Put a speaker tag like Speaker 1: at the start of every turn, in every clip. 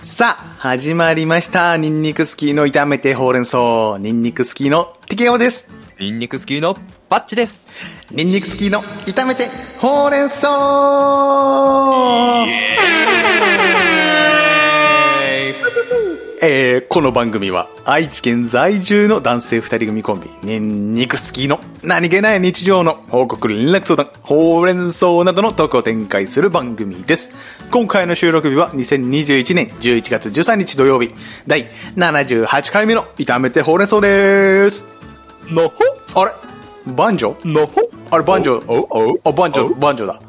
Speaker 1: さあ、始まりました。ニンニクスキーの炒めてほうれん草。ニンニクスキーの竹山です。
Speaker 2: ニンニクスキーのパッチです。
Speaker 1: ニンニクスキーの炒めてほうれん草えー、この番組は愛知県在住の男性二人組コンビ、ニンニクスキーの何気ない日常の報告連絡相談、ほうれん草などのトークを展開する番組です。今回の収録日は2021年11月13日土曜日、第78回目の炒めてほうれん草です。
Speaker 2: のほ
Speaker 1: あれバンジョ
Speaker 2: のほ
Speaker 1: あれ、バンジョー、
Speaker 2: おお
Speaker 1: あ、バンジョー、バンジョーだ。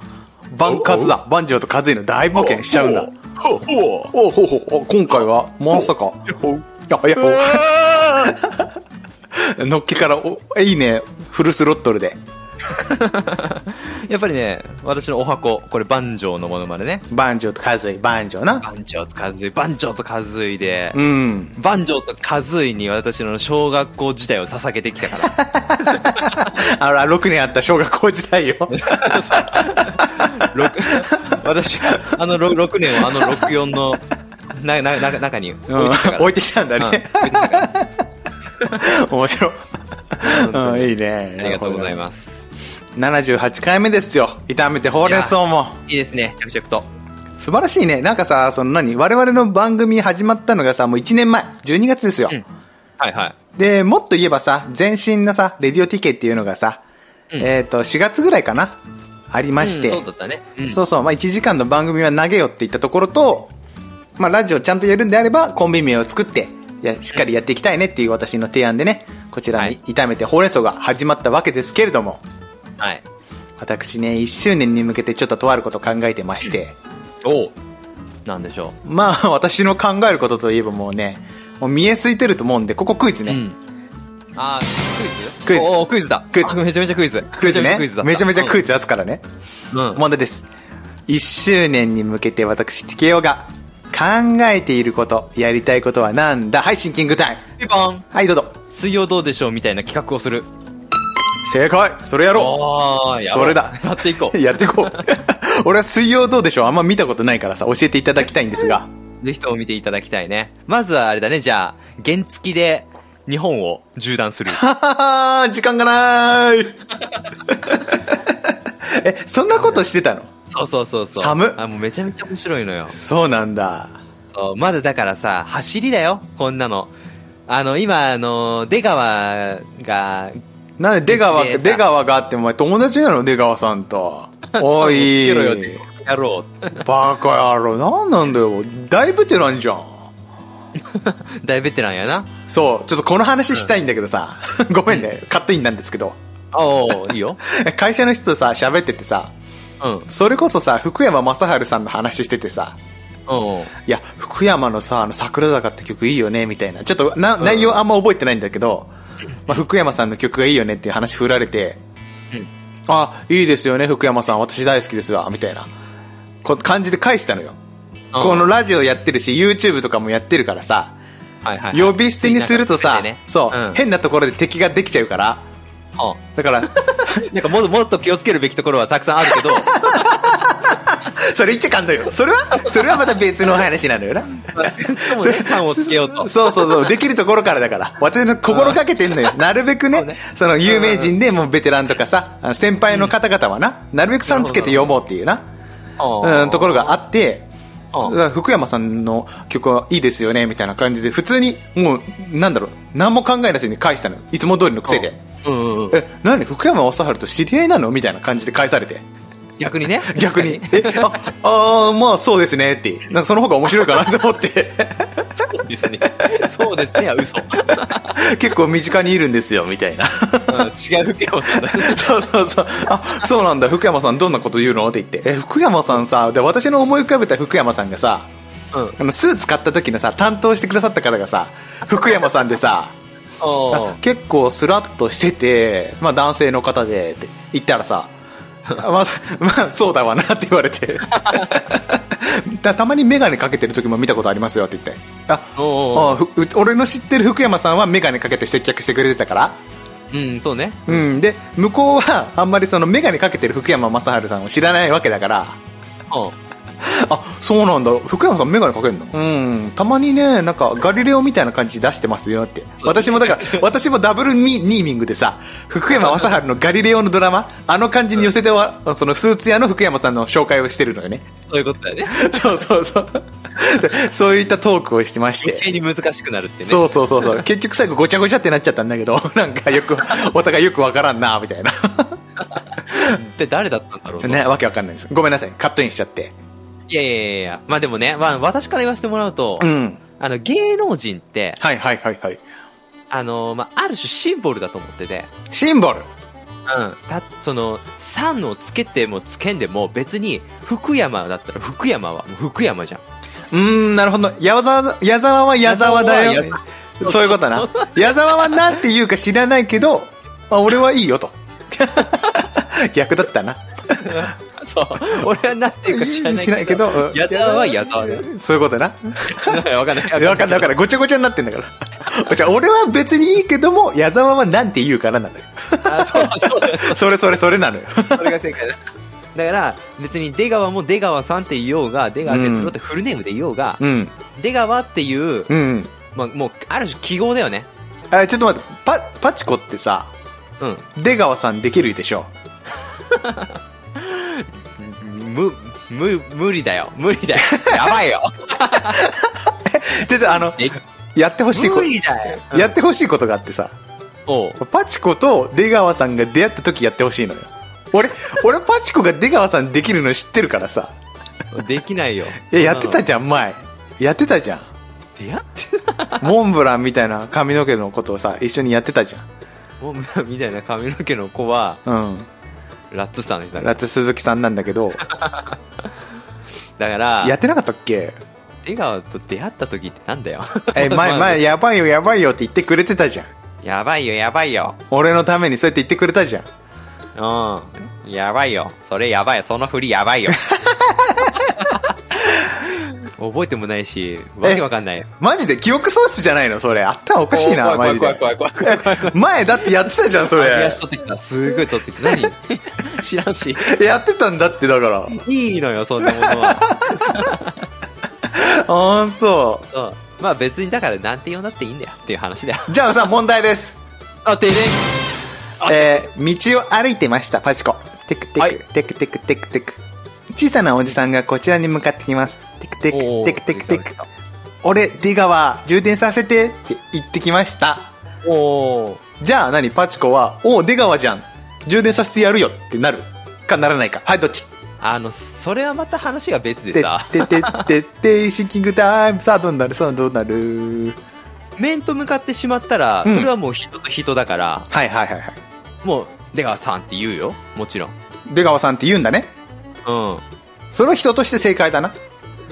Speaker 1: バンカツだ。バンジョーとカズイの大冒険しちゃうんだ。
Speaker 2: ほほ
Speaker 1: おうほうほうお今回は、まさか。
Speaker 2: ほ
Speaker 1: あ、いや、おのっけから、お、いいね。フルスロットルで。
Speaker 2: やっぱりね、私のお箱、これ、バンジョーのものまでね。
Speaker 1: バンジョーとカズイ、バンジョーな。
Speaker 2: バンジョーとカズイ、バンジョーとカズイで、
Speaker 1: うん。
Speaker 2: バンジョーとカズイに私の小学校時代を捧げてきたか
Speaker 1: あら、6年あった小学校時代よ。
Speaker 2: ら、ろく私、あのろ6年をあの64のななな中に置いて
Speaker 1: うん
Speaker 2: きたから。
Speaker 1: 置いてきたんだ
Speaker 2: うん置
Speaker 1: ね。
Speaker 2: いてきたから
Speaker 1: 面白い。うん、いいね。
Speaker 2: ありがとうございます。
Speaker 1: す。78回目ですよ。炒めてほうれん草も。
Speaker 2: いいですね、着々と。
Speaker 1: 素晴らしいね。なんかさ、その何我々の番組始まったのがさ、もう1年前、12月ですよ。
Speaker 2: うんはいはい。
Speaker 1: で、もっと言えばさ、前身のさ、レディオ TK っていうのがさ、
Speaker 2: うん
Speaker 1: えっ、と、4月ぐらいかなありまして、
Speaker 2: うんそうだったね。うん
Speaker 1: そうそう、まあ1時間の番組は投げよって言ったところと、まあラジオちゃんとやるんであれば、コンビ名を作って、いやしっかりやっていきたいねっていう私の提案でね、こちら
Speaker 2: は
Speaker 1: に
Speaker 2: い
Speaker 1: 炒めてほうれん草が始まったわけですけれども、
Speaker 2: はい。
Speaker 1: 私ね、1周年に向けてちょっととあることを考えてまして、
Speaker 2: おうなんでしょ
Speaker 1: まあ、私の考えることといえばもうね、もう見えすいてると思うんで、ここクイズ
Speaker 2: う、
Speaker 1: ね。
Speaker 2: うん、あー
Speaker 1: ク
Speaker 2: ク
Speaker 1: イ
Speaker 2: イ
Speaker 1: ズ
Speaker 2: ズおークイズだ
Speaker 1: クイズ
Speaker 2: あめちゃめちゃクイズ
Speaker 1: クイズね。めちゃめちゃクイ
Speaker 2: ズ
Speaker 1: ズ出すからね。
Speaker 2: だった、うんうん
Speaker 1: 問題です。1周年に向けて私、TKO が考えていること、やりたいことはなんだはい、シンキングタイム。
Speaker 2: ピンポン
Speaker 1: はい、どうぞ。
Speaker 2: 水曜どうでしょうみたいな企画をする
Speaker 1: 正解それやろ
Speaker 2: おーやろう
Speaker 1: それだ
Speaker 2: やっていこ
Speaker 1: う やっていこう。俺は水曜どうでしょうあんま見たことないからさ、教えていただきたいんですが。
Speaker 2: うぜひとも見ていただきたいねまずはあれだねじゃあ原付きで日本を縦断する
Speaker 1: はははー時間がない え、そんなことしてたの
Speaker 2: そうそうそうそう
Speaker 1: 寒
Speaker 2: あもうめちゃめちゃ面白いのよ
Speaker 1: そうなんだ。
Speaker 2: そうまだだからさ走りだよこんなのあの今あの出川が
Speaker 1: なんで出川、
Speaker 2: ねえさ
Speaker 1: 出川があってお前友達なの出川さんと。 おい
Speaker 2: つけろよってやろう
Speaker 1: バカ野郎、なんなんだよ。大ベテランじゃん。
Speaker 2: 大ベテランやな。
Speaker 1: そう、ちょっとこの話したいんだけど さ、ごめんね、カットインなんですけど、
Speaker 2: おおいいよ。
Speaker 1: 会社の人とさ、喋っててさ、
Speaker 2: うん。
Speaker 1: それこそさ、福山雅治さんの話しててさ、
Speaker 2: うん。
Speaker 1: いや、福山のさ、あの、桜坂って曲いいよね、みたいな。ちょっとな、内容あんま覚えてないんだけど、まあ、福山さんの曲がいいよねっていう話振られて、
Speaker 2: うん
Speaker 1: あ、いいですよね、福山さん、私大好きですわ、みたいな、こ感じで返したのよ。この、ラジオやってるし、YouTube とかもやってるからさ、
Speaker 2: はいはいはい
Speaker 1: 呼び捨てにするとさ、そう、
Speaker 2: うん
Speaker 1: 変なところで敵ができちゃうから、
Speaker 2: う
Speaker 1: だから、
Speaker 2: んなんかもっともっと気をつけるべきところはたくさんある けど、
Speaker 1: それ一っちゃかんのよ。それは、それはまた別の話なのよな。
Speaker 2: もね3をつけようと。
Speaker 1: そうそうそう、できるところからだから。私の心がけてんのよ。なるべくね、その有名人でもうベテランとかさ、あの先輩の方々はな、なるべくさんつけて読もうっていうな、うん、ところがあって、
Speaker 2: うん
Speaker 1: だから福山さんの曲はいいですよね、みたいな感じで、普通に、もう、なんだろう、何も考えなしに返したのよ。いつも通りの癖で。
Speaker 2: うんうんうん。
Speaker 1: え、何福山雅治と知り合いなのみたいな感じで返されて。
Speaker 2: 逆にね。
Speaker 1: 逆に。え、あ、あーまあそうですねって。なんかその方が面白いかなと思って。
Speaker 2: そうですね。そうですね。いや嘘。
Speaker 1: 結構身近にいるんですよ、みたいな。
Speaker 2: うん違うけど。
Speaker 1: そうそうそう。あ、そうなんだ。福山さんどんなこと言うのって言って。え、福山さんさ、で、私の思い浮かべた福山さんがさ、
Speaker 2: うん。
Speaker 1: あの、スーツ買った時のさ、担当してくださった方がさ、福山さんでさ、
Speaker 2: お
Speaker 1: あ結構スラッとしてて、まあ男性の方でって言ったらさ、まあ、まあそうだわなって言われて たたまに眼鏡かけてる時も見たことありますよって言ってあ
Speaker 2: お
Speaker 1: あふう俺の知ってる福山さんは眼鏡かけて接客してくれてたから、
Speaker 2: うん、そうね。
Speaker 1: うん、で向こうはあんまりその眼鏡かけてる福山雅治さんを知らないわけだから
Speaker 2: う
Speaker 1: あそうなんだ福山さん眼鏡かけるのうんたまにねなんかガリレオみたいな感じ出してますよって私もだから私もダブルミニーミングでさ福山雅治のガリレオのドラマあの感じに寄せてはそのスーツ屋の福山さんの紹介をしてるのよね
Speaker 2: そういうことだよね。
Speaker 1: そうそうそうそういったトークをしてまして
Speaker 2: 余計に難しくなるってね。
Speaker 1: そうそうそうそう結局最後ごちゃごちゃってなっちゃったんだけどなんかよくお互いよくわからんなみたいな
Speaker 2: って誰だったんだろうと
Speaker 1: ねわけわかんないですごめんなさいカットインしちゃって
Speaker 2: いやいやいやいや。まあでもね、まあ私から言わせてもらうと、
Speaker 1: うん
Speaker 2: あの、芸能人って、
Speaker 1: はいはいはいはい
Speaker 2: あの、まあある種シンボルだと思ってて、
Speaker 1: シンボル
Speaker 2: うん。た、その、さんをつけてもつけんでも別に、福山だったら福山はもう福山じゃん。
Speaker 1: うーん、なるほど。矢沢、矢沢は矢沢だよ。
Speaker 2: 矢沢は
Speaker 1: そういうことな。矢沢はなんて言うか知らないけど、あ俺はいいよと。 逆だったな。
Speaker 2: そう。俺はなんていうか知らない
Speaker 1: 知らないけ
Speaker 2: けど。
Speaker 1: ど。 うん
Speaker 2: 矢沢は矢沢だよ。
Speaker 1: そういうことな。
Speaker 2: わかんない。
Speaker 1: わかんない。だからごちゃごちゃになってんだから。じゃあ俺は別にいいけども、矢沢はなんて言うからなのよ。
Speaker 2: あそうそう。
Speaker 1: それそれそれなのよ。
Speaker 2: それが正解だ。だから、別に出川も出川さんって言おうが、出川哲郎ってフルネームで言おうが、
Speaker 1: うん。
Speaker 2: 出川っていう、
Speaker 1: うん。
Speaker 2: まあ、もう、ある種記号だよね。
Speaker 1: あちょっと待って、パ、パチコってさ、
Speaker 2: うん。
Speaker 1: 出川さんできるでしょ。
Speaker 2: む、む、無理だよ。無理だよ。や ばいよ。
Speaker 1: ちょっとあの、
Speaker 2: え
Speaker 1: やってほしいこ
Speaker 2: 無理だよ。
Speaker 1: と、やってほしいことがあってさ。
Speaker 2: おう
Speaker 1: パチコと出川さんが出会った時やってほしいのよ。 俺、俺パチコが出川さんできるの知ってるからさ。
Speaker 2: で きないよ。
Speaker 1: いや、やってたじゃん、前。やってたじゃ ん。
Speaker 2: ゃん。出会って
Speaker 1: モンブランみたいな髪の毛のことをさ、一緒にやってたじ
Speaker 2: もう、みたいな髪の毛の子は、
Speaker 1: ゃん。うん。
Speaker 2: ラッツスターの人だから
Speaker 1: ラテ鈴木さんなんだけ ど、
Speaker 2: だから、
Speaker 1: やってなかったっけ
Speaker 2: 出川と出会った時ってなん だよ。
Speaker 1: え、前、前、やばいよ、やばいよって言ってくれてたじゃん。
Speaker 2: やばいよ、やばいよ。
Speaker 1: 俺のためにそうやって言ってくれたじゃん。
Speaker 2: うん。やばいよ。それやばい。その振りや ばいよ。覚えてもないし、わけわかんない。
Speaker 1: マジで記憶喪失じゃないのそれ。あったらお
Speaker 2: お
Speaker 1: かしいな、マ
Speaker 2: 怖い
Speaker 1: ジ
Speaker 2: 怖
Speaker 1: で
Speaker 2: い。怖い怖い怖い怖い怖い。
Speaker 1: 前だってやってたじゃん、 そ
Speaker 2: 右
Speaker 1: れ
Speaker 2: 足。取ってきた。すごい取ってきた。何 知らんし。
Speaker 1: やってたんだって、だから。
Speaker 2: いいのよ、そんなものは。
Speaker 1: ほんと。
Speaker 2: そうまあ別にだからなんて呼んだっていいんだよっていう話だよ。
Speaker 1: じゃあさ、問題です。
Speaker 2: あ、停電あ
Speaker 1: えー道を歩いてました、パチコ。テクテク、
Speaker 2: はい
Speaker 1: テクテクテクテク。小さなおじさんがこちらに向かってきます。テクテク
Speaker 2: お、ー
Speaker 1: テクテクテ
Speaker 2: 出
Speaker 1: ク。俺、出川、充電させてって言ってきました。
Speaker 2: おー。
Speaker 1: じゃあ何パチコは、おお、出川じゃん。充電させてやるよってなるかならないか。はい、どっち
Speaker 2: あの、それはまた話が別で
Speaker 1: て
Speaker 2: さ、
Speaker 1: てててて、シンキングタイム。さあ、どうなるさあ、どうなる
Speaker 2: 面と向かってしまったら、
Speaker 1: うん
Speaker 2: それはもう人と人だから、
Speaker 1: はいはいはいはい。
Speaker 2: もう、出川さんって言うよ。もちろん。
Speaker 1: 出川さんって言うんだね。
Speaker 2: うん。
Speaker 1: それは人として正解だな。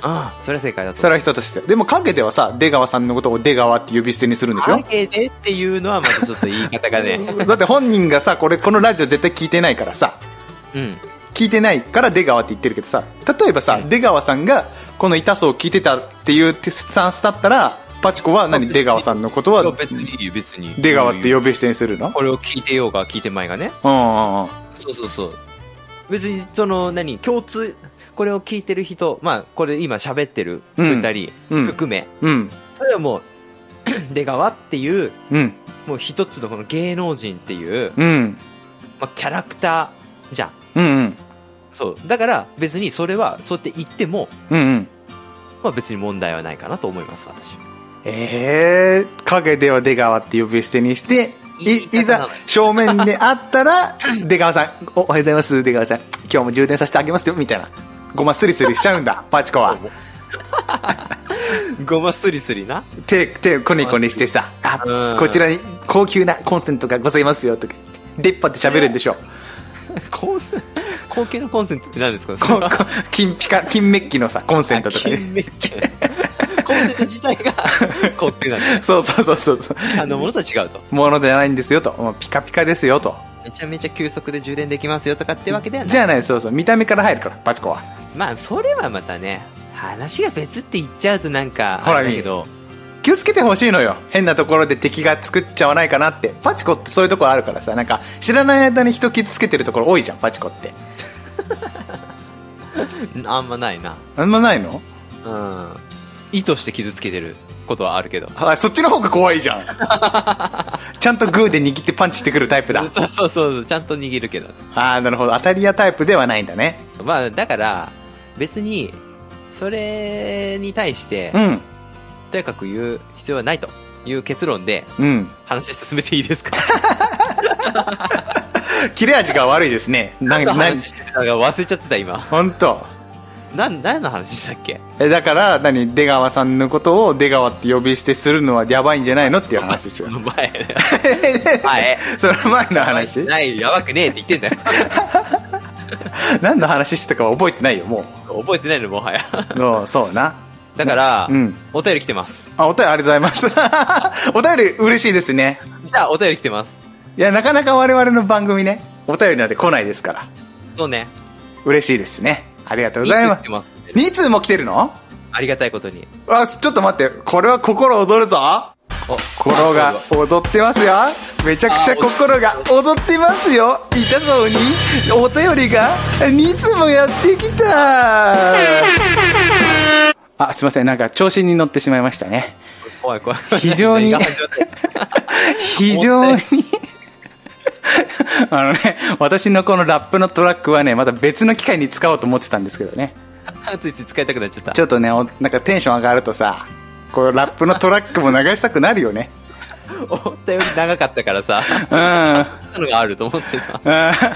Speaker 2: ああ、それは正解だと
Speaker 1: そ
Speaker 2: 思
Speaker 1: れ
Speaker 2: う。
Speaker 1: は人として。でも陰ではさ、出川さんのことを出川って呼び捨てにするんでしょ
Speaker 2: 影でっていうのはまたちょっと言い方 がね。
Speaker 1: だって本人がさ、これ、このラジオ絶対聞いてないからさ、
Speaker 2: うん。
Speaker 1: 聞いてないから出川って言ってるけどさ、例えばさ、出川さんがこの痛そうを聞いてたっていうスタンスだったら、パチコは何出川さんのこと
Speaker 2: いや
Speaker 1: は
Speaker 2: 別にいいよ、別に。
Speaker 1: 出川って
Speaker 2: よ。
Speaker 1: 呼び捨てにするの
Speaker 2: これを聞いてようが聞いてまいがね。
Speaker 1: うんうんうん。
Speaker 2: そうそうそう。別に、その、何、共通、これを聞いてる人、まあ、これ今喋ってる
Speaker 1: うん
Speaker 2: 二人
Speaker 1: うん
Speaker 2: 含め、
Speaker 1: うん。
Speaker 2: それはもう、 出川っていう、
Speaker 1: うん。
Speaker 2: もう一つのこの芸能人っていう、
Speaker 1: うん。
Speaker 2: まあ、キャラクターじゃん。
Speaker 1: うんうん。
Speaker 2: そう。だから、別にそれは、そうやって言っても、
Speaker 1: うんうん。
Speaker 2: まあ別に問題はないかなと思います、私は。
Speaker 1: ええー、影では出川って呼び捨てにして、い
Speaker 2: いい方
Speaker 1: い
Speaker 2: な
Speaker 1: ざ
Speaker 2: の
Speaker 1: 正面で会った ら、出川さん、おおはようございます、出川さん。今日も充電させてあげますよ、みたいな。ごまスリスリしちゃうんだ、パチコは。
Speaker 2: ごますりすりな。
Speaker 1: 手、手、コネコネしてさ、あ
Speaker 2: う、ん
Speaker 1: こちらに高級なコンセントがございますよ、とか言って、出っ張って喋るんでし ょ。
Speaker 2: コン高級なコンセントって何ですか
Speaker 1: ここ金ピカ、金メッキのさ、コンセントとかね。
Speaker 2: 金メッキコンセント自体が高級なんだ。
Speaker 1: そうそうそうそうそう。
Speaker 2: あのものとは違うと。
Speaker 1: ものじゃないんですよと。もうピカピカですよと。
Speaker 2: めちゃめちゃ急速で充電できますよとかってわけではない。
Speaker 1: じゃあね、そうそう。見た目から入るから、パチコは。
Speaker 2: まあ、それはまたね、話が別って言っちゃうとなんか、
Speaker 1: ほら
Speaker 2: あれだけど、
Speaker 1: 気をつけてほしいのよ。変なところで敵が作っちゃわないかなって。パチコってそういうところあるからさ、なんか、知らない間に人傷つけてるところ多いじゃん、パチコって。
Speaker 2: あんまないな。
Speaker 1: あんまないの
Speaker 2: うん。意図して傷つけてることはあるけど。
Speaker 1: あそっちの方が怖い じゃんちゃんとグーで握ってパンチしてくるタイプだ
Speaker 2: そうそうそう、ちゃんと握るけど。
Speaker 1: ああなるほど当たり屋タイプではないんだね
Speaker 2: まあ、だから、別に、それに対して
Speaker 1: う、ん
Speaker 2: とやかく言う必要はないという結論で、
Speaker 1: うん
Speaker 2: 話進めていいですか
Speaker 1: 切れ味が悪いですねな
Speaker 2: 何の
Speaker 1: んな
Speaker 2: 話してたか忘れちゃってた、今。
Speaker 1: 本当
Speaker 2: なん、何の話したっけ
Speaker 1: えだから何出川さんのことを出川って呼び捨てするのはやばいんじゃないのっていう話です よ
Speaker 2: 前前。
Speaker 1: その前の話
Speaker 2: ない、やばくねえって言ってん だよ。
Speaker 1: 何の話してたかは覚えてないよも
Speaker 2: 覚えてないの、もはや。
Speaker 1: ううんそうな
Speaker 2: だから、
Speaker 1: うん
Speaker 2: お便り来てます。
Speaker 1: あお便りありがとうございます お便り嬉しいですね
Speaker 2: じゃあ、お便り来てます。
Speaker 1: いやなかなか我々の番組ねお便りなんて来ないですから
Speaker 2: そうね。
Speaker 1: 嬉しいですねありがとうございます
Speaker 2: いつ来てます
Speaker 1: 2通も来てるの
Speaker 2: ありがたいことに。
Speaker 1: あちょっと待ってこれは心躍るぞ
Speaker 2: お、
Speaker 1: 心が踊ってますよめちゃくちゃ心が踊ってますよいたそうにお便りが2つもやってきたあすいませんなんか調子に乗ってしまいましたね
Speaker 2: 怖い怖い。
Speaker 1: 非常に
Speaker 2: 何が始まった
Speaker 1: 非常にあのね私のこのラップのトラックはねまた別の機会に使おうと思ってたんですけどね
Speaker 2: ついつい使いたくなっちゃった。
Speaker 1: ちょっとねおなんかテンション上がるとさこうラップのトラックも流したくなるよね
Speaker 2: お便り長かったからさ、
Speaker 1: うん
Speaker 2: そんなのがあると思ってさ。
Speaker 1: あー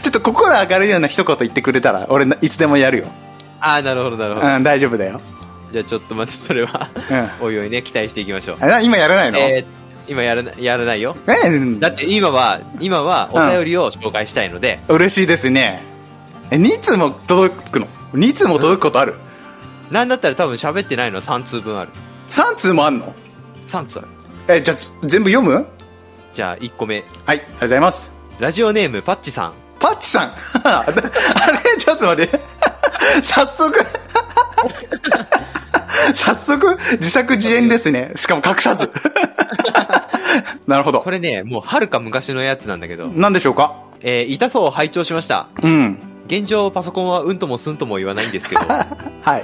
Speaker 1: ちょっと心上がるような一言言ってくれたら俺ないつでもやるよ、
Speaker 2: ああ、なるほど、なるほど。
Speaker 1: うん、大丈夫だよ、
Speaker 2: じゃあちょっと待って、それは、
Speaker 1: う
Speaker 2: おいおいね、期待していきましょう。
Speaker 1: あな今やらないの、
Speaker 2: えー、今やらな、やらないよ。
Speaker 1: えー
Speaker 2: だって今は、今はお便りを紹介したいので、
Speaker 1: 嬉しいですねえ2通も届くの2通も届くことある、
Speaker 2: なんだったら多分喋ってないのは3通分ある。
Speaker 1: 三3通もあんの
Speaker 2: 3通ある。
Speaker 1: えじゃあつ全部読むはい
Speaker 2: じゃあ1個目。
Speaker 1: ありがとうございます
Speaker 2: ラジオネーム、パッチさん。
Speaker 1: パッチさん あれちょっと待って 早速 早速自作自演ですねしかも隠さず なるほど
Speaker 2: これね、もうはるか昔のやつなんだけど、
Speaker 1: 何でしょうか
Speaker 2: えー、痛そうを拝聴しました。
Speaker 1: うん。
Speaker 2: 現状、パソコンはうんともすんとも言わないんですけど、
Speaker 1: はい。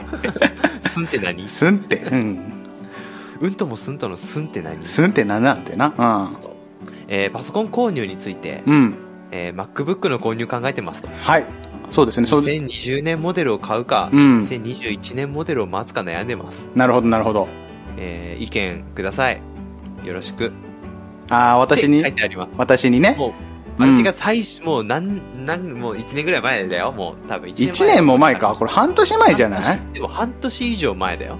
Speaker 2: すんって何
Speaker 1: すんって、うん。
Speaker 2: うんともすんとのすんって何
Speaker 1: すんってなんなんてな。
Speaker 2: えーパソコン購入について
Speaker 1: う、ん。うん。
Speaker 2: えー MacBook の購入考えてますと。
Speaker 1: はい。そうですね。そう、
Speaker 2: 2020年モデルを買うか、
Speaker 1: うん
Speaker 2: 2021年モデルを待つか悩んでます。
Speaker 1: なるほど、なるほど。
Speaker 2: えー意見ください。よろしく。
Speaker 1: ああ、私
Speaker 2: って書い
Speaker 1: に、
Speaker 2: てありま
Speaker 1: 私に
Speaker 2: す。
Speaker 1: ね。
Speaker 2: もう、
Speaker 1: うん
Speaker 2: 私が最初、もう何、何、もう1年ぐらい前だよ。もう多分1
Speaker 1: 1年も前か。これ半年前じゃない
Speaker 2: でも半年以上前だよ。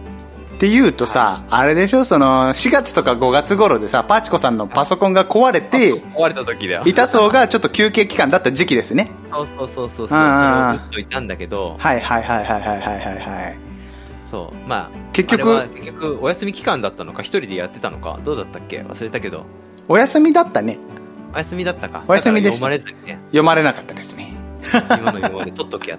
Speaker 1: って言うとさ、あれでしょその、4月とか5月頃でさ、パチコさんのパソコンが壊れて、
Speaker 2: 壊れた時だよ。
Speaker 1: 痛そうがちょっと休憩期間だった時期ですね。
Speaker 2: そうそうそうそうそう。それ
Speaker 1: あ
Speaker 2: を
Speaker 1: ー
Speaker 2: ずっといたんだけど、
Speaker 1: はいはいはいはいはいはいはいはい。
Speaker 2: そう。まあ、
Speaker 1: 結
Speaker 2: あれは
Speaker 1: 局、
Speaker 2: 結局お休み期間だったのか一人でやってたのかどうだったっけ忘れたけど
Speaker 1: お休みだったね。
Speaker 2: お休みだったか
Speaker 1: お休みでし
Speaker 2: す
Speaker 1: た
Speaker 2: 読まれずにね
Speaker 1: 読まれなかったですね。
Speaker 2: 今の今まで取っと きや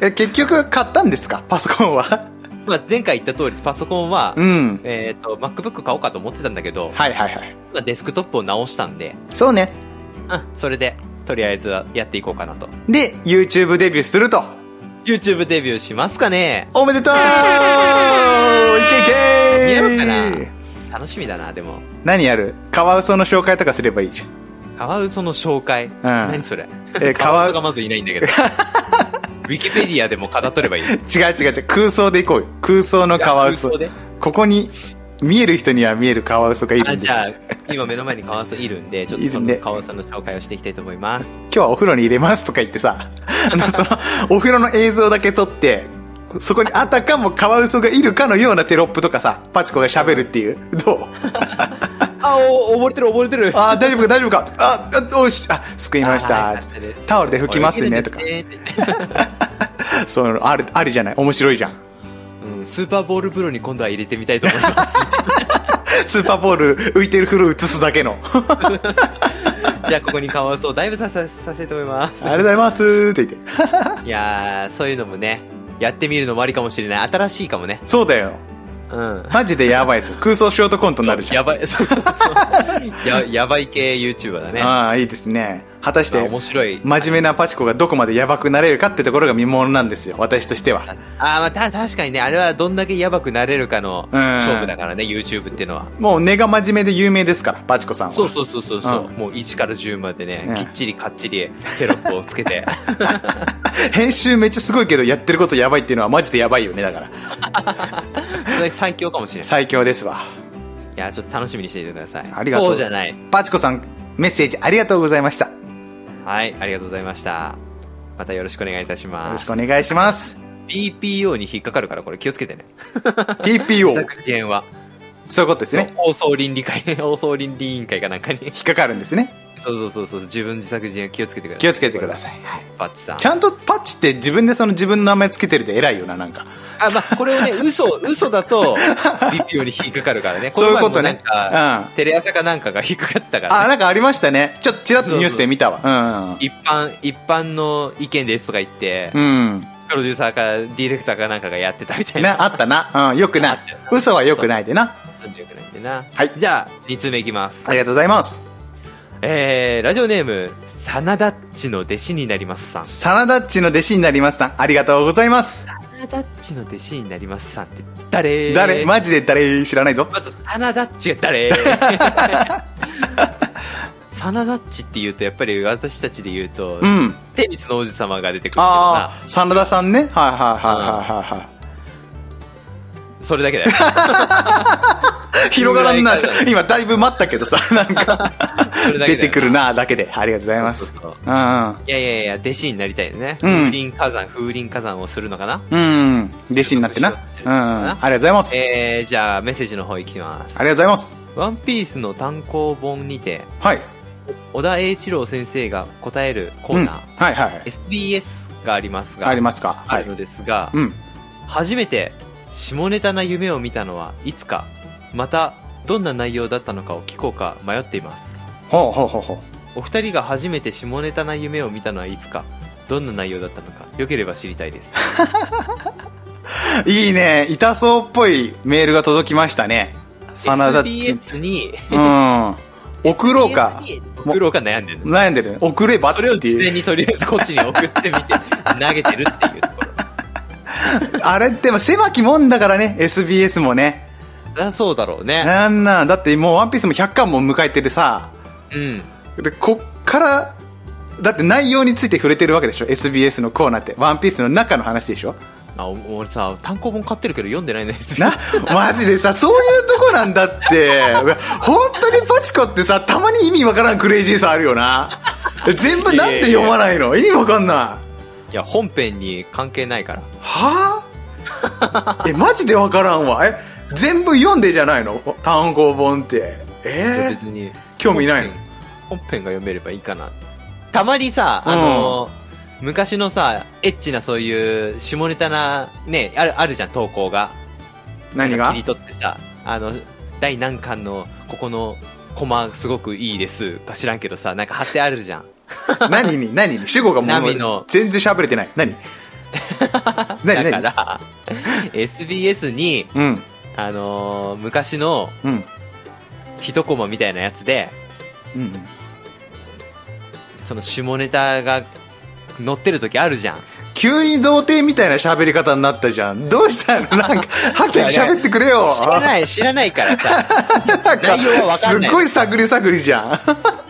Speaker 1: え、結局買ったんですかパソコンは。
Speaker 2: まあ前回言った通りパソコンは、
Speaker 1: うん。
Speaker 2: えっ、と MacBook 買おうかと思ってたんだけど、
Speaker 1: はいはいはい。
Speaker 2: まあデスクトップを直したんで、
Speaker 1: そうね。
Speaker 2: うん、それでとりあえずはやっていこうかなと
Speaker 1: で、YouTube デビューすると。
Speaker 2: YouTube デビューしますかね
Speaker 1: おめで とういけいけ
Speaker 2: 見れるかな楽しみだなでも
Speaker 1: 何やるカワウソの紹介とかすればいいじゃん。
Speaker 2: カワウソの紹介、何それ
Speaker 1: え
Speaker 2: カワウソが
Speaker 1: カ
Speaker 2: まずいないんだ けどウィキペディアでも語っとればいい
Speaker 1: 違う違う違う。空想で行こうよ。空想のカワウソ
Speaker 2: いや。空想で
Speaker 1: ここに、見える人には見えるカワウソがいる
Speaker 2: あ
Speaker 1: んで
Speaker 2: じ
Speaker 1: すよ
Speaker 2: ゃあ、今目の前にカワウソいるんで、ちょっ
Speaker 1: い
Speaker 2: と
Speaker 1: る
Speaker 2: そ
Speaker 1: んで
Speaker 2: のカワウソの紹介をしていきたいと思います。
Speaker 1: 今日はお風呂に入れますとか言って さ、あの、その、お風呂の映像だけ撮って、そこにあたかもカワウソがいるかのようなテロップとかさ、パチコが喋るっていう。どう
Speaker 2: あ、お、溺れてる溺れてる
Speaker 1: あー大丈夫か大丈夫かああおしあ救いました
Speaker 2: あーはい
Speaker 1: タオルで拭きますねとかそうあるありじゃない面白いじゃん
Speaker 2: うん、スーパーボール風呂に今度は入れてみたいと思 います。
Speaker 1: スーパーボール浮いてる風呂映すだけのあ
Speaker 2: じゃあ、ここにカワウソをだいぶさせ、させて思いま
Speaker 1: りがとうございますって言って
Speaker 2: す。いやー、そういうのもね、やってみるのもありかもしれない。新しいかもね。
Speaker 1: そうだよ
Speaker 2: うん。
Speaker 1: マジでやばいやつ空想ショー トコントになるじゃん
Speaker 2: やばい、そうそうそうややばい系 YouTuber だね。
Speaker 1: ああいいですね果たし
Speaker 2: まあ
Speaker 1: て、
Speaker 2: 面白い
Speaker 1: 真面目なパチコがどこまでやばくなれるかってところが見ものなんですよ。私としては。
Speaker 2: ああ、まあ、た、確かにね、あれはどんだけやばくなれるかの勝負だからね、YouTube っていうのは。
Speaker 1: もう根が真面目で有名ですから、パチコさんは。
Speaker 2: そうそうそうそうそう、
Speaker 1: うん
Speaker 2: もう1から10までね、
Speaker 1: うん
Speaker 2: きっちりかっちりテロップをつけ て。
Speaker 1: 編集めっちゃすごいけど、やってることやばいっていうのはマジでやばいよね、だから。
Speaker 2: それ最強かもしれない。
Speaker 1: 最強ですわ。
Speaker 2: いや、ちょっと楽しみにしていてください。
Speaker 1: ありがとう。
Speaker 2: そうじゃない。。
Speaker 1: パチコさん、メッセージありがとうございました。よ
Speaker 2: はい、ありがとうございました。またよろしくお願いいたし
Speaker 1: ろ
Speaker 2: ま
Speaker 1: し
Speaker 2: す。
Speaker 1: くお願いします。
Speaker 2: TPO に引っかかるから、これ気をつけてね。
Speaker 1: TPO
Speaker 2: 作。権は。
Speaker 1: そういうことですね。
Speaker 2: 放送倫理会、 放送倫理委員会かなんかに。
Speaker 1: 引っかかるんですね。
Speaker 2: そうそうそうそう、自分自作自演気をつけてください。
Speaker 1: 気をつけてください。
Speaker 2: はい、バッチさん
Speaker 1: ち。ゃんとパッチって自分でその自分の名前つけてるで偉いよな、なんか。
Speaker 2: あ、まあ、これをね、嘘、 嘘だと、TPO に引っかかるからね。
Speaker 1: そういうことね
Speaker 2: この前もなんか
Speaker 1: うん
Speaker 2: テレ朝かなんかが引っかかってたからね、
Speaker 1: あ、なんかありましたね。ちょっとちらっとニュースで見たわ。
Speaker 2: 一般、一般の意見ですとか言って、
Speaker 1: うん。うん。
Speaker 2: プロデューサーかディレクターかなんかがやってたみたいな。
Speaker 1: な、あったな。うん、よくない。嘘はよくないでな。
Speaker 2: なんでよくないんでな。
Speaker 1: はい
Speaker 2: じゃあ、2つ目いきます。
Speaker 1: ありがとうございます。
Speaker 2: えー、ラジオネーム、サナダッチの弟子になりますさん。サ
Speaker 1: サナダッチの弟子になりますさん、ありがとうございます。
Speaker 2: ナダッチの弟子になりますさんって誰
Speaker 1: 誰、
Speaker 2: ま
Speaker 1: マジで誰知らないぞ。
Speaker 2: ず、サナダッチが 誰サナダッチって言うと、やっぱり私たちで言うと、
Speaker 1: うん。
Speaker 2: テニスの王子様が出てくるけど
Speaker 1: あ
Speaker 2: な。
Speaker 1: あ、真田さんね。はいはいはいはいはいはい。
Speaker 2: それだけだよ。
Speaker 1: 広がらんな
Speaker 2: 広がらん。な
Speaker 1: 今だいぶ待ったけ どさ、なんか、
Speaker 2: それだけだ
Speaker 1: 出
Speaker 2: よ
Speaker 1: てくるな、だけで。ありがとうございま
Speaker 2: そう
Speaker 1: す。
Speaker 2: そうそう
Speaker 1: うん
Speaker 2: いやいやいや、弟子になりたいよね。
Speaker 1: うん
Speaker 2: 風林火山、風林火山をするのかな
Speaker 1: うん。うん。弟子になってな。うん。ありがとうございます。あり
Speaker 2: えー、じゃあ、メッセージの方いきます。
Speaker 1: がとうございます。
Speaker 2: ワンピースの単行本にて、
Speaker 1: はい。
Speaker 2: 小田栄一郎先生が答えるコ
Speaker 1: う
Speaker 2: ー
Speaker 1: ん。
Speaker 2: ナー、
Speaker 1: はいはい。
Speaker 2: SBS がありますが、
Speaker 1: ありますか。
Speaker 2: あ
Speaker 1: はい
Speaker 2: る。のですが、
Speaker 1: うん。
Speaker 2: 初めて下ネタな夢を見たのはいつか、またどんな内容だったのかを聞こうか迷っています。
Speaker 1: ほうほうほうほ
Speaker 2: お二人が初めて下ネタな夢を見たのはいつか、どんな内容だったのか、よければ知りたいです。
Speaker 1: う。 いいね。痛そうっぽいメールが届きましたね。真田ダッチ。
Speaker 2: SBS に、
Speaker 1: うん。送ろうか。
Speaker 2: SBS に送ろうか悩んでるの。
Speaker 1: 悩んでる。送ればっ
Speaker 2: それを
Speaker 1: て
Speaker 2: 事前
Speaker 1: いう。
Speaker 2: にとりあえずこっちに送 ってみて、投げてるっていうとこ
Speaker 1: あれって、まあ狭きもんだからね、SBS もね。
Speaker 2: ろ。あそうだろうね。
Speaker 1: なんなん、だってもうワンピースも100巻も迎えてるさ。
Speaker 2: うん。
Speaker 1: で、こっから、だって内容について触れてるわけでしょ ?SBS のコーナーって。ワンピースの中の話でしょ
Speaker 2: あ、お俺さ、単行本買ってるけど読んでないね、
Speaker 1: な
Speaker 2: SBS。、
Speaker 1: マジでさ、そういうとこなんだって。本当にパチコってさ、たまに意味わからんクレイジーさあるよな。全部なんで読まないの意味わかんない。
Speaker 2: いや、本編に関係ないから。
Speaker 1: はぁ、え、マジでわからんわ。え、全部読んでじゃないの単行本って。
Speaker 2: いや
Speaker 1: え
Speaker 2: 別に。
Speaker 1: 興味ないの
Speaker 2: 本編本編が読めればいいかな。たまにさ、あの、昔のさ、エッチなそういう下ネタな、ね、ある、あるじゃん、投稿が。
Speaker 1: ー、何が
Speaker 2: 切り取ってさ、あの、第何巻の、ここの、コマすごくいいですか知らんけどさ、なんか貼ってあるじゃん。
Speaker 1: 何に何に主語がも
Speaker 2: ナミの
Speaker 1: う、全然喋れてない。何 何
Speaker 2: だか
Speaker 1: 何
Speaker 2: ら、SBS に、
Speaker 1: うん、
Speaker 2: あのー昔の
Speaker 1: うん、
Speaker 2: 一コマみたいなやつで、
Speaker 1: うん。
Speaker 2: その下ネタが載ってる時あるじゃん。
Speaker 1: 急に童貞みたいな喋り方になったじゃん。どう したのなんか、はっきり喋ってくれよ。
Speaker 2: 知らない、知らないからさ、
Speaker 1: なんか
Speaker 2: 内容はわかんない
Speaker 1: すごい探り探りじゃん。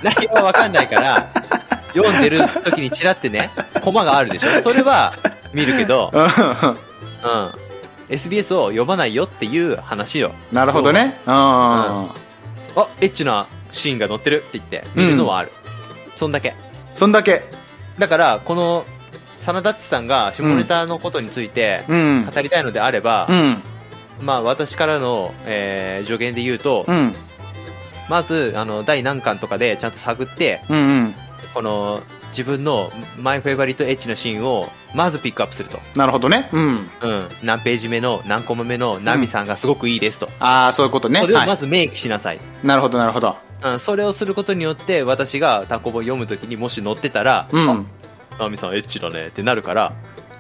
Speaker 2: 内容はわかんないから、読んでる時にチラってね、コマがあるでしょそれは見るけど、
Speaker 1: う
Speaker 2: うん。SBS を読まないよっていう話よ。
Speaker 1: んなるほどね。うん。
Speaker 2: あ、エッチなシーンが載ってるって言って、見るのはある。そんだけ。
Speaker 1: そんだけ。
Speaker 2: だから、この、サナダッチさんが下ネタのことについて、
Speaker 1: うん。
Speaker 2: 語りたいのであれば
Speaker 1: う、ん。
Speaker 2: まあ私からの、えー助言で言うと、
Speaker 1: うん。
Speaker 2: まず、あの、第何巻とかでちゃんと探って、
Speaker 1: うん。うん。
Speaker 2: この、自分のマイフェイバリットエッチなシーンを、まずピックアップすると。
Speaker 1: なるほどね。うん。
Speaker 2: うん。何ページ目の、何コマ目のナミさんがすごくいいですと。
Speaker 1: ああ、そういうことね。
Speaker 2: それをま
Speaker 1: は
Speaker 2: ず明記しなさい。
Speaker 1: い。なるほど、なるほど。
Speaker 2: うん、それをすることによって、私が単行本読むときにもし載ってたら、
Speaker 1: うん。う
Speaker 2: あ
Speaker 1: ん、
Speaker 2: ナミさんエッチだねってなるから、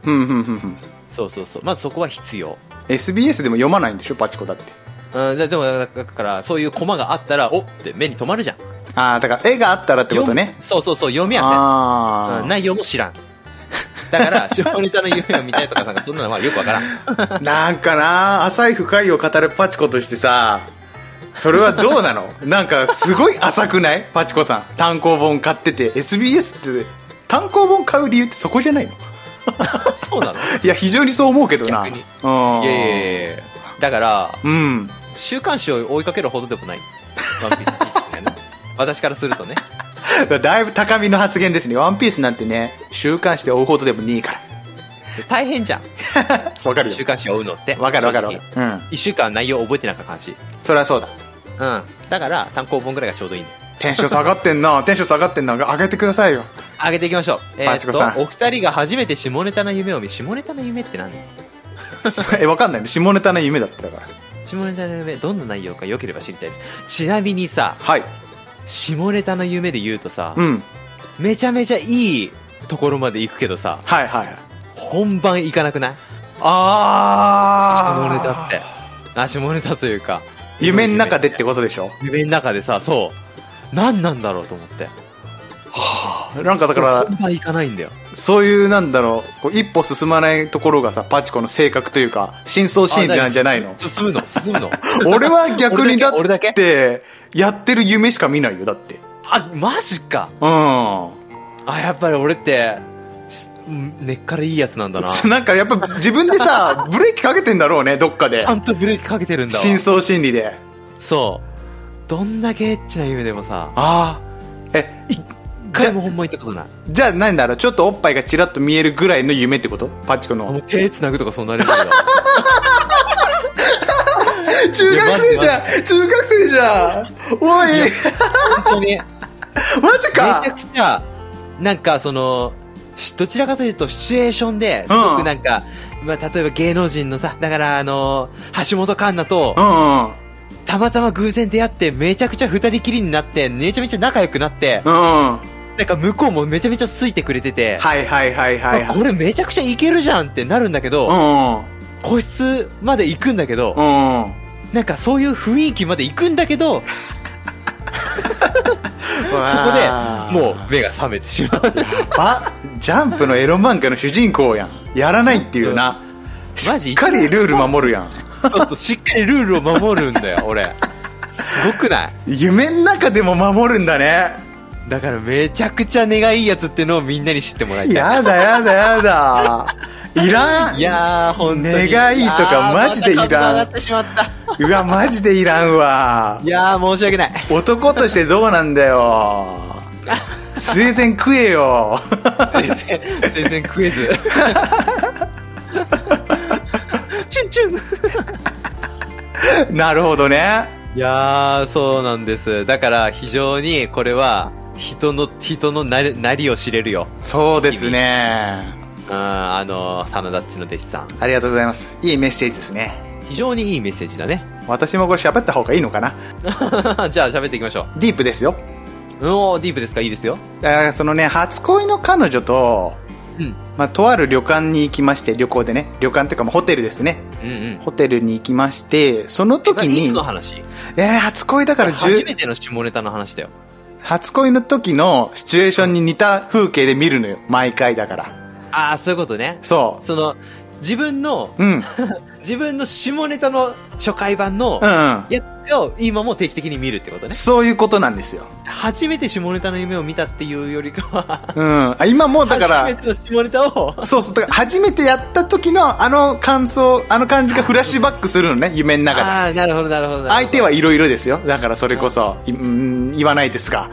Speaker 1: うん、うん、うん。
Speaker 2: そうそうそう。まずそこは必要。
Speaker 1: SBS でも読まないんでしょパチコだって。
Speaker 2: うん、ででも、だから、そういうコマがあったら、おって目に留まるじゃん。
Speaker 1: ああ、だから絵があったらってことね。
Speaker 2: そうそうそう、読みはせん、
Speaker 1: あ
Speaker 2: う
Speaker 1: あ、
Speaker 2: ん内容も知らん。だか ら、下ネタの夢を見たいとかなんか、そんなのはよくわからん。
Speaker 1: なんかな、浅い深いを語るパチコとしてさ、それはどうなの なんかすごい浅くないパチコさん。単行本買ってて、SBS って単行本買う理由ってそこじゃないの
Speaker 2: そうなの
Speaker 1: いや、非常にそう思うけどな。
Speaker 2: 逆に
Speaker 1: うん。
Speaker 2: いやいやいやいやだから、
Speaker 1: うん。
Speaker 2: 週刊誌を追いかけるほどでもない。ワンピース知 識がね。私からするとね。
Speaker 1: だいぶ高みの発言ですね。ワンピースなんてね、週刊誌で追うほどでもねえか
Speaker 2: 大変じゃん。
Speaker 1: ら。わかるよ
Speaker 2: 週。刊誌を追うのって。
Speaker 1: わかるわかるわかる
Speaker 2: 正直。
Speaker 1: うん。
Speaker 2: 一週間内容覚えてなかった感じ。
Speaker 1: それはそうだ。
Speaker 2: うん。だから、単行本ぐらいがちょうどいいね。
Speaker 1: テンション下がってんな。テン ション下がってんな。上げてくださいよ。
Speaker 2: 上げていきましょう。えー
Speaker 1: パ
Speaker 2: っ
Speaker 1: チ
Speaker 2: と
Speaker 1: コさん
Speaker 2: お二人が初めて下ネタな夢を見、下ネタな夢って何
Speaker 1: それえ、わかんないね。下ネタな夢だったから。
Speaker 2: 下ネタの夢、どんな内容か良ければ知りたい。ちなみにさ、
Speaker 1: はい。
Speaker 2: 下ネタの夢で言うとさ、
Speaker 1: うん。
Speaker 2: めちゃめちゃいいところまで行くけどさ、
Speaker 1: はいはいはい。
Speaker 2: 本番行かなくない
Speaker 1: あー。
Speaker 2: 下ネタって。あ、下ネタというか。
Speaker 1: 夢の中でってことでしょ
Speaker 2: 夢の中でさ、そう。何なんだろうと思って。
Speaker 1: なんかだから
Speaker 2: 本、番行かないんだよ。
Speaker 1: そういうなんだろう、こう一歩進まないところがさ、パチコの性格というか、真相シーンなんじゃないの
Speaker 2: 進むの、進むの。
Speaker 1: 俺は逆にだ
Speaker 2: 俺だけ
Speaker 1: っ
Speaker 2: 俺だ
Speaker 1: て、やってる夢しか見ないよ、だって。
Speaker 2: あ、マジか。
Speaker 1: うん。
Speaker 2: あ、やっぱり俺って、しうん根っからいいやつなんだ な。ち
Speaker 1: なんかやっぱ自分で さ、ブレーキかけてんだろうね、どっかで
Speaker 2: ゃ。んとブレーキかけてるんだわ。
Speaker 1: 真相心理で。
Speaker 2: そう。どんだけエッチな夢でもさ、
Speaker 1: ああ。え、
Speaker 2: 一回もほんま行ったことない。
Speaker 1: じゃあ何だろう、ちょっとおっぱいがちらっと見えるぐらいの夢ってことパチコ
Speaker 2: あも
Speaker 1: の。
Speaker 2: う手繋ぐとかそんなレベルだわ。
Speaker 1: 中学生じゃん中学生じゃんおい
Speaker 2: 本当に。めち
Speaker 1: マジ
Speaker 2: ゃ
Speaker 1: か
Speaker 2: くちゃ、なんかその、しどちらかというとシチュエーションですごくなんか、まあ、例えば芸能人のさ、だからあの橋本環奈と
Speaker 1: う、んうん。
Speaker 2: たまたま偶然出会って、めちゃくちゃ二人きりになって、めちゃめちゃ仲良くなって、
Speaker 1: うん。
Speaker 2: なんか向こうもめちゃめちゃついてくれてて、
Speaker 1: はいはいはいはい
Speaker 2: あ
Speaker 1: はい。
Speaker 2: これめちゃくちゃいけるじゃんってなるんだけど、
Speaker 1: う
Speaker 2: 個室まで行くんだけど、
Speaker 1: んうん。うん。
Speaker 2: なんかそういう雰囲気まで行くんだけど、
Speaker 1: そこ
Speaker 2: そこでもう目が覚めてし まう。
Speaker 1: ば、ジャンプのエロ漫画の主人公やん。やらないっていうな。
Speaker 2: マジ
Speaker 1: しっかりルール守るやん。
Speaker 2: そうそう、しっかりルールを守る んだよ、俺。すごくない
Speaker 1: 夢の中でも守るんだね。
Speaker 2: だからめちゃくちゃ根がいいやつってのをみんなに知ってもらいたい。
Speaker 1: やだやだやだ。いらん。
Speaker 2: いやー、ほんとに。
Speaker 1: 根がいいとか
Speaker 2: あー
Speaker 1: マジでいらん
Speaker 2: また株上がってしまった。
Speaker 1: うわ、マジでいらんわ
Speaker 2: い。やー、申し訳ない。
Speaker 1: 男としてどうなんだよ。スウェーデン食えよ。
Speaker 2: 全然、全然ク イズ。チュンチュ ン。
Speaker 1: なるほどね。
Speaker 2: いやー、そうなんです。だから、非常にこれは、人の、人のなり、なりを知れるよ。
Speaker 1: そうですね。
Speaker 2: うん、あのー、サナダッチの弟子さん。
Speaker 1: ありがとうございます。いいメッセージですね。
Speaker 2: 非常にいいメッセージだね。
Speaker 1: 私もこれ喋った方がいいのかな
Speaker 2: じゃあ、喋っていきましょ
Speaker 1: ディープですよ。
Speaker 2: う。うんおー、ディープですかいいですよ。
Speaker 1: えーそのね、初恋の彼女と、
Speaker 2: うん。
Speaker 1: まあ、とある旅館に行きまして、旅行でね、旅館っていうか、まあ、ホテルですね。
Speaker 2: うんうん。
Speaker 1: ホテルに行きまして、その時
Speaker 2: い
Speaker 1: に
Speaker 2: つの、話
Speaker 1: えー初恋だから
Speaker 2: 初
Speaker 1: 10
Speaker 2: めての下ネタの話だよ。
Speaker 1: 初恋の時のシチュエーションに似た風景で見るのよ。毎回だから。
Speaker 2: ああ、そういうことね。
Speaker 1: そ
Speaker 2: その、自分の、
Speaker 1: う。うん。うん
Speaker 2: 自分の下ネタの初回版の
Speaker 1: う、ん。
Speaker 2: やつを今も定期的に見るってことね。
Speaker 1: そういうことなんですよ。
Speaker 2: 初めて下ネタの夢を見たっていうよりかは、
Speaker 1: うん。あ今 もうだか
Speaker 2: 初め
Speaker 1: ら、
Speaker 2: ての下ネタを、
Speaker 1: そうそう。だから初めてやった時のあの感想、あの感じがフラッシュバックするのね、夢の中で。
Speaker 2: ああ、なるほど、なるほど。
Speaker 1: 相手はいろいろですよ。だからそれこそ、いうん言わないですが。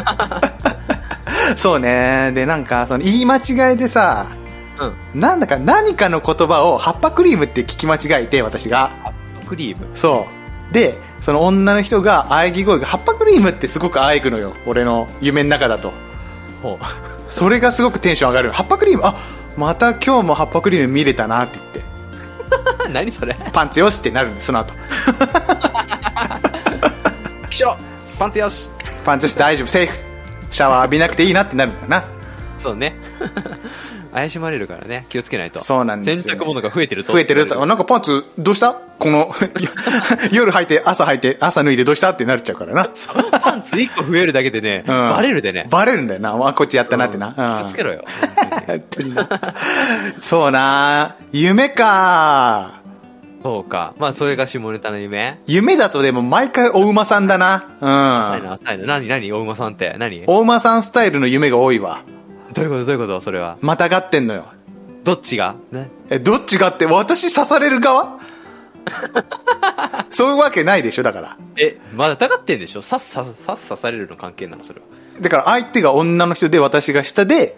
Speaker 1: そうね。で、なんか、その言い間違いでさ、
Speaker 2: うん。
Speaker 1: なんだか何かの言葉を葉っぱクリームって聞き間違えて、私が。
Speaker 2: クリーム。
Speaker 1: そう。で、その女の人が喘ぎ声が、葉っぱクリームってすごく喘ぐのよ。俺の夢の中だと。
Speaker 2: ほう。
Speaker 1: それがすごくテンション上がる。葉っぱクリーム、あ、また今日も葉っぱクリーム見れたなって言って。
Speaker 2: 何それ
Speaker 1: パンツよしってなるんです、その後。
Speaker 2: 気象パンツよし
Speaker 1: パンツよし大丈夫、セーフ。シャワー浴びなくていいなってなるんだよな。
Speaker 2: そうね。 怪しまれるからね、気をつけないと。
Speaker 1: そうなんですよ
Speaker 2: 洗濯物が増えてると。
Speaker 1: 増えてるやつあなんかパンツどうしたこの、 夜履いて、朝履いて、朝脱いでどうしたってなっちゃうからな。
Speaker 2: パンツ1個増えるだけ でね、バレるでね。
Speaker 1: バレるんだよな。あ、こっちやったなって
Speaker 2: うん
Speaker 1: な。
Speaker 2: 気をつけ
Speaker 1: ろ。
Speaker 2: ろよ。
Speaker 1: 本当になそうな夢か
Speaker 2: そうか。まあ、それが下ネタの夢。
Speaker 1: 夢だとでも毎回お馬さんだな。
Speaker 2: 浅
Speaker 1: う
Speaker 2: い
Speaker 1: ん。
Speaker 2: な、浅いな。何、何、お馬さんって。何ど
Speaker 1: お馬さんスタイルの夢が多いわ。
Speaker 2: ういうこと、どういうこと、それは。
Speaker 1: またがってんのよ。
Speaker 2: どっちがね。
Speaker 1: え、どっちがって、私刺される 側そういうわけないでしょ、だから。
Speaker 2: え、まだ疑ってんでしょさっさ、さっさされるの関係なの、それは。
Speaker 1: だから相手が女の人で私が下で、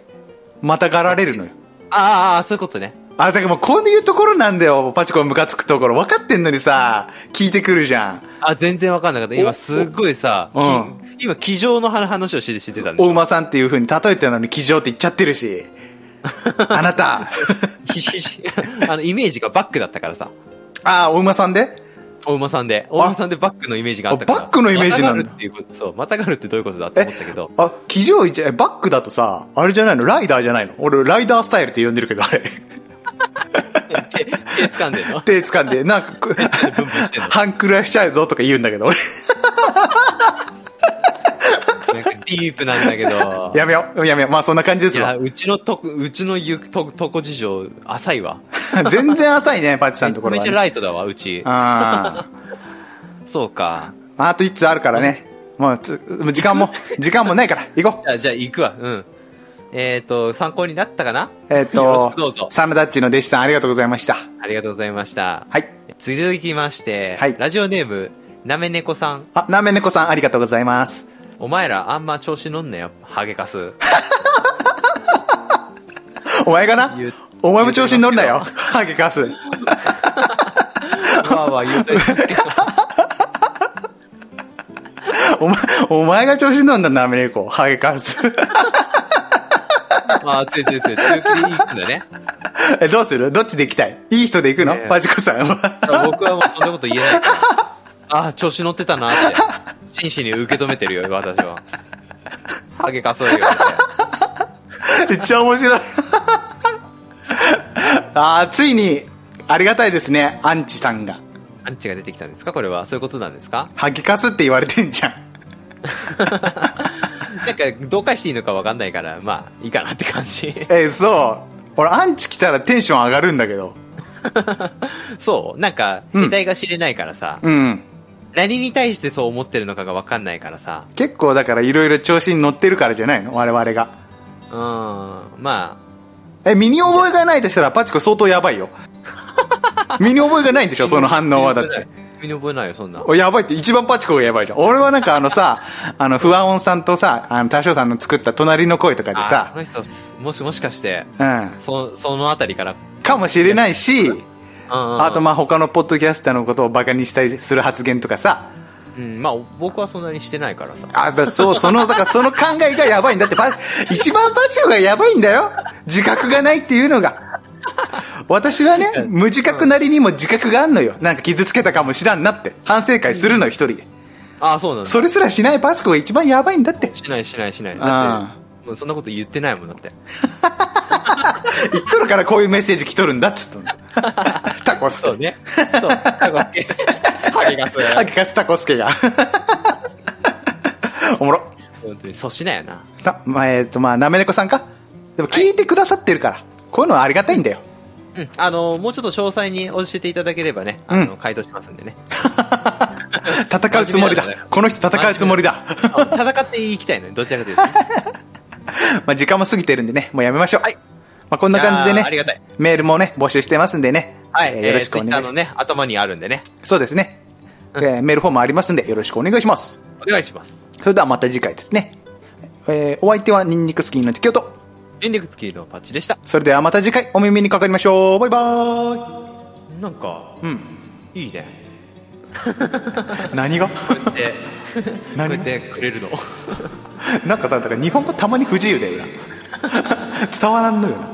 Speaker 1: またがられるのよ。
Speaker 2: あーあー、そういうことね。
Speaker 1: あ、だからもうこういうところなんだよ、パチコンムカつくところ。分かってんのにさ、聞いてくるじゃん。
Speaker 2: あ、全然わかんなかった。
Speaker 1: お
Speaker 2: 今、すっごいさ、き
Speaker 1: うん
Speaker 2: 今、気上の話をしてしてたんで
Speaker 1: お馬さんっていう風に例えたのに騎乗って言っちゃってるし。あな た。
Speaker 2: すよ。 あの、イメージがバックだったからさ。
Speaker 1: ああ、お馬さんで
Speaker 2: お馬さんで。お馬さんでバックのイメージがあったから。
Speaker 1: あバックのイメージなんだ
Speaker 2: またがるっていうこと、そう。またがるってどういうことだって
Speaker 1: え
Speaker 2: 思ったけど。、
Speaker 1: あ、騎乗位置、えバックだとさ、あれじゃないのライダーじゃないの俺、ライダースタイルって呼んでるけど、あれ。
Speaker 2: 手、手掴んでんの
Speaker 1: 手掴んで、なん かこう、
Speaker 2: ブンブンしてんの
Speaker 1: 半クラしちゃうぞとか言うんだけど、俺。
Speaker 2: なんかディープなんだけど。
Speaker 1: やめよう、やめよう。まあそんな感じで
Speaker 2: い
Speaker 1: す
Speaker 2: や、
Speaker 1: わ。
Speaker 2: うちのとこ、うちのゆと、とこ事情、浅いわ。
Speaker 1: 全然浅いね、パチさん
Speaker 2: め
Speaker 1: のと
Speaker 2: ちゃ
Speaker 1: ころ
Speaker 2: め
Speaker 1: は、
Speaker 2: ちゃ
Speaker 1: ね。
Speaker 2: ライトだわ、うち。
Speaker 1: あー
Speaker 2: そうか。
Speaker 1: まああと1つあるからね。もうつ、もう時間も、時間もないから、行こう。
Speaker 2: じゃあ、じゃあ行くわ。うん。えっ、ー、と、参考になったかな
Speaker 1: えっ、
Speaker 2: よろしくどう
Speaker 1: と
Speaker 2: ぞ、
Speaker 1: サムダッチの弟子さんありがとうございました。
Speaker 2: ありがとうございました。
Speaker 1: はい。
Speaker 2: 続きまして、
Speaker 1: はい
Speaker 2: ラジオネーム、なめ猫さん。
Speaker 1: あ、なめ猫さんありがとうございます。
Speaker 2: お前らあんま調子乗んなよ、ハゲカス。
Speaker 1: お前がな
Speaker 2: 言う、
Speaker 1: お前も調子に乗るなよ。ハゲカス。
Speaker 2: わーわー言 うとりますけど
Speaker 1: お前、お前が調子に乗るんだ、なめ猫。ハゲカス。
Speaker 2: あー、ついついつい。中継に行くんだね。
Speaker 1: え、どうするどっちで行きたいいい人で行くの、
Speaker 2: ねえ
Speaker 1: パチコさんは。
Speaker 2: 僕はもうそんなこと言えないから。 ああ、調子乗ってたなって。真摯に受け止めてるよ、私は。ハゲかそうよ。
Speaker 1: めっちゃ面白い。あーついに、ありがたいですね、アンチさんが。
Speaker 2: アンチが出てきたんですかこれは。そういうことなんですか
Speaker 1: ハゲカスって言われてんじゃん。
Speaker 2: なんか、どう返していいのかわかんないから、まあ、いいかなって感じ。
Speaker 1: え、そう。俺、アンチ来たらテンション上がるんだけど。
Speaker 2: そうなんか、
Speaker 1: うん
Speaker 2: 得体が知れないからさ、
Speaker 1: うん。
Speaker 2: 何に対してそう思ってるのかがわかんないからさ、
Speaker 1: 結構だからいろいろ調子に乗ってるからじゃないの我々が。
Speaker 2: うーん、ま
Speaker 1: え、身に覚えがないとしたらパチコ相当やばいよ。 身に覚えがないんでしょ
Speaker 2: あ。
Speaker 1: その反応はだって。。
Speaker 2: 身に覚えないよ、そんな。
Speaker 1: おやばいって、一番パチコがやばいじゃん。俺はなんかあのさ、あの、不安音さんとさ、あの、多少さんの作った隣の声とかで
Speaker 2: あこ
Speaker 1: さ、
Speaker 2: の人、もし、もしかして、
Speaker 1: うん。
Speaker 2: そ、そのあたりから、
Speaker 1: かもしれないし、あ
Speaker 2: あ
Speaker 1: とまあ他のポッドキャスターのことをバカにしたりする発言とかさ、
Speaker 2: うん、まあ、僕はそんなにしてないからさ。
Speaker 1: あ、だからそう、その、だからその考えがやばいんだって、ば一番パチコがやばいんだよ。自覚がないっていうのが。私はね、無自覚なりにも自覚があんのよ。なんか傷つけたかもしらんなって。反省会するのよ、一人で。
Speaker 2: ああ、そうなんだ。
Speaker 1: それすらしないパチコが一番やばいんだって。
Speaker 2: しないしないしない。だ
Speaker 1: あ
Speaker 2: って、もうそんなこと言ってないもんだって。
Speaker 1: 言っとるからこういうメッセージ来とるんだっつっとんの タコス
Speaker 2: そう
Speaker 1: と。
Speaker 2: ね。そう。ハゲがそうや
Speaker 1: あ。きかすタコス ケが。おもろ。
Speaker 2: 本当に、粗品やな。
Speaker 1: たまあ、えっ、と、まあ、なめ猫さんかでも聞いてくださってるから、こういうのはありがたいん だよ。
Speaker 2: うん、あの、もうちょっと詳細に教えていただければね、あの、
Speaker 1: う
Speaker 2: 回答しますんでね。
Speaker 1: 戦うつもりだ
Speaker 2: 真面目だね。
Speaker 1: この人戦うつもりだ。
Speaker 2: 戦っていきたいのね、どちらか というとね。
Speaker 1: まあ時間も過ぎてるんでね、もうやめましょう。
Speaker 2: はい
Speaker 1: まあこんな感じで
Speaker 2: いやーあり
Speaker 1: ね、
Speaker 2: がたい。
Speaker 1: メールもね、募集してますんでね。
Speaker 2: はい、
Speaker 1: え
Speaker 2: え
Speaker 1: ーよろしくお願いし
Speaker 2: Twitter
Speaker 1: ます。
Speaker 2: のね、頭にあるんでね。
Speaker 1: そうですね、えーメールフォームありますんで、よろしくお願いします。
Speaker 2: お願いします。
Speaker 1: それではまた次回ですね。えーお相手はニンニクスキーの適応と。
Speaker 2: エンディング付きのパッチでした。
Speaker 1: それではまた次回お耳にかかりましょう。バイバーイ。
Speaker 2: なんか、
Speaker 1: うん。
Speaker 2: いいね。
Speaker 1: 何が
Speaker 2: で、こう
Speaker 1: 何
Speaker 2: やってくれるの。
Speaker 1: なんかさ、だから日本語たまに不自由だよな。伝わらんのよな。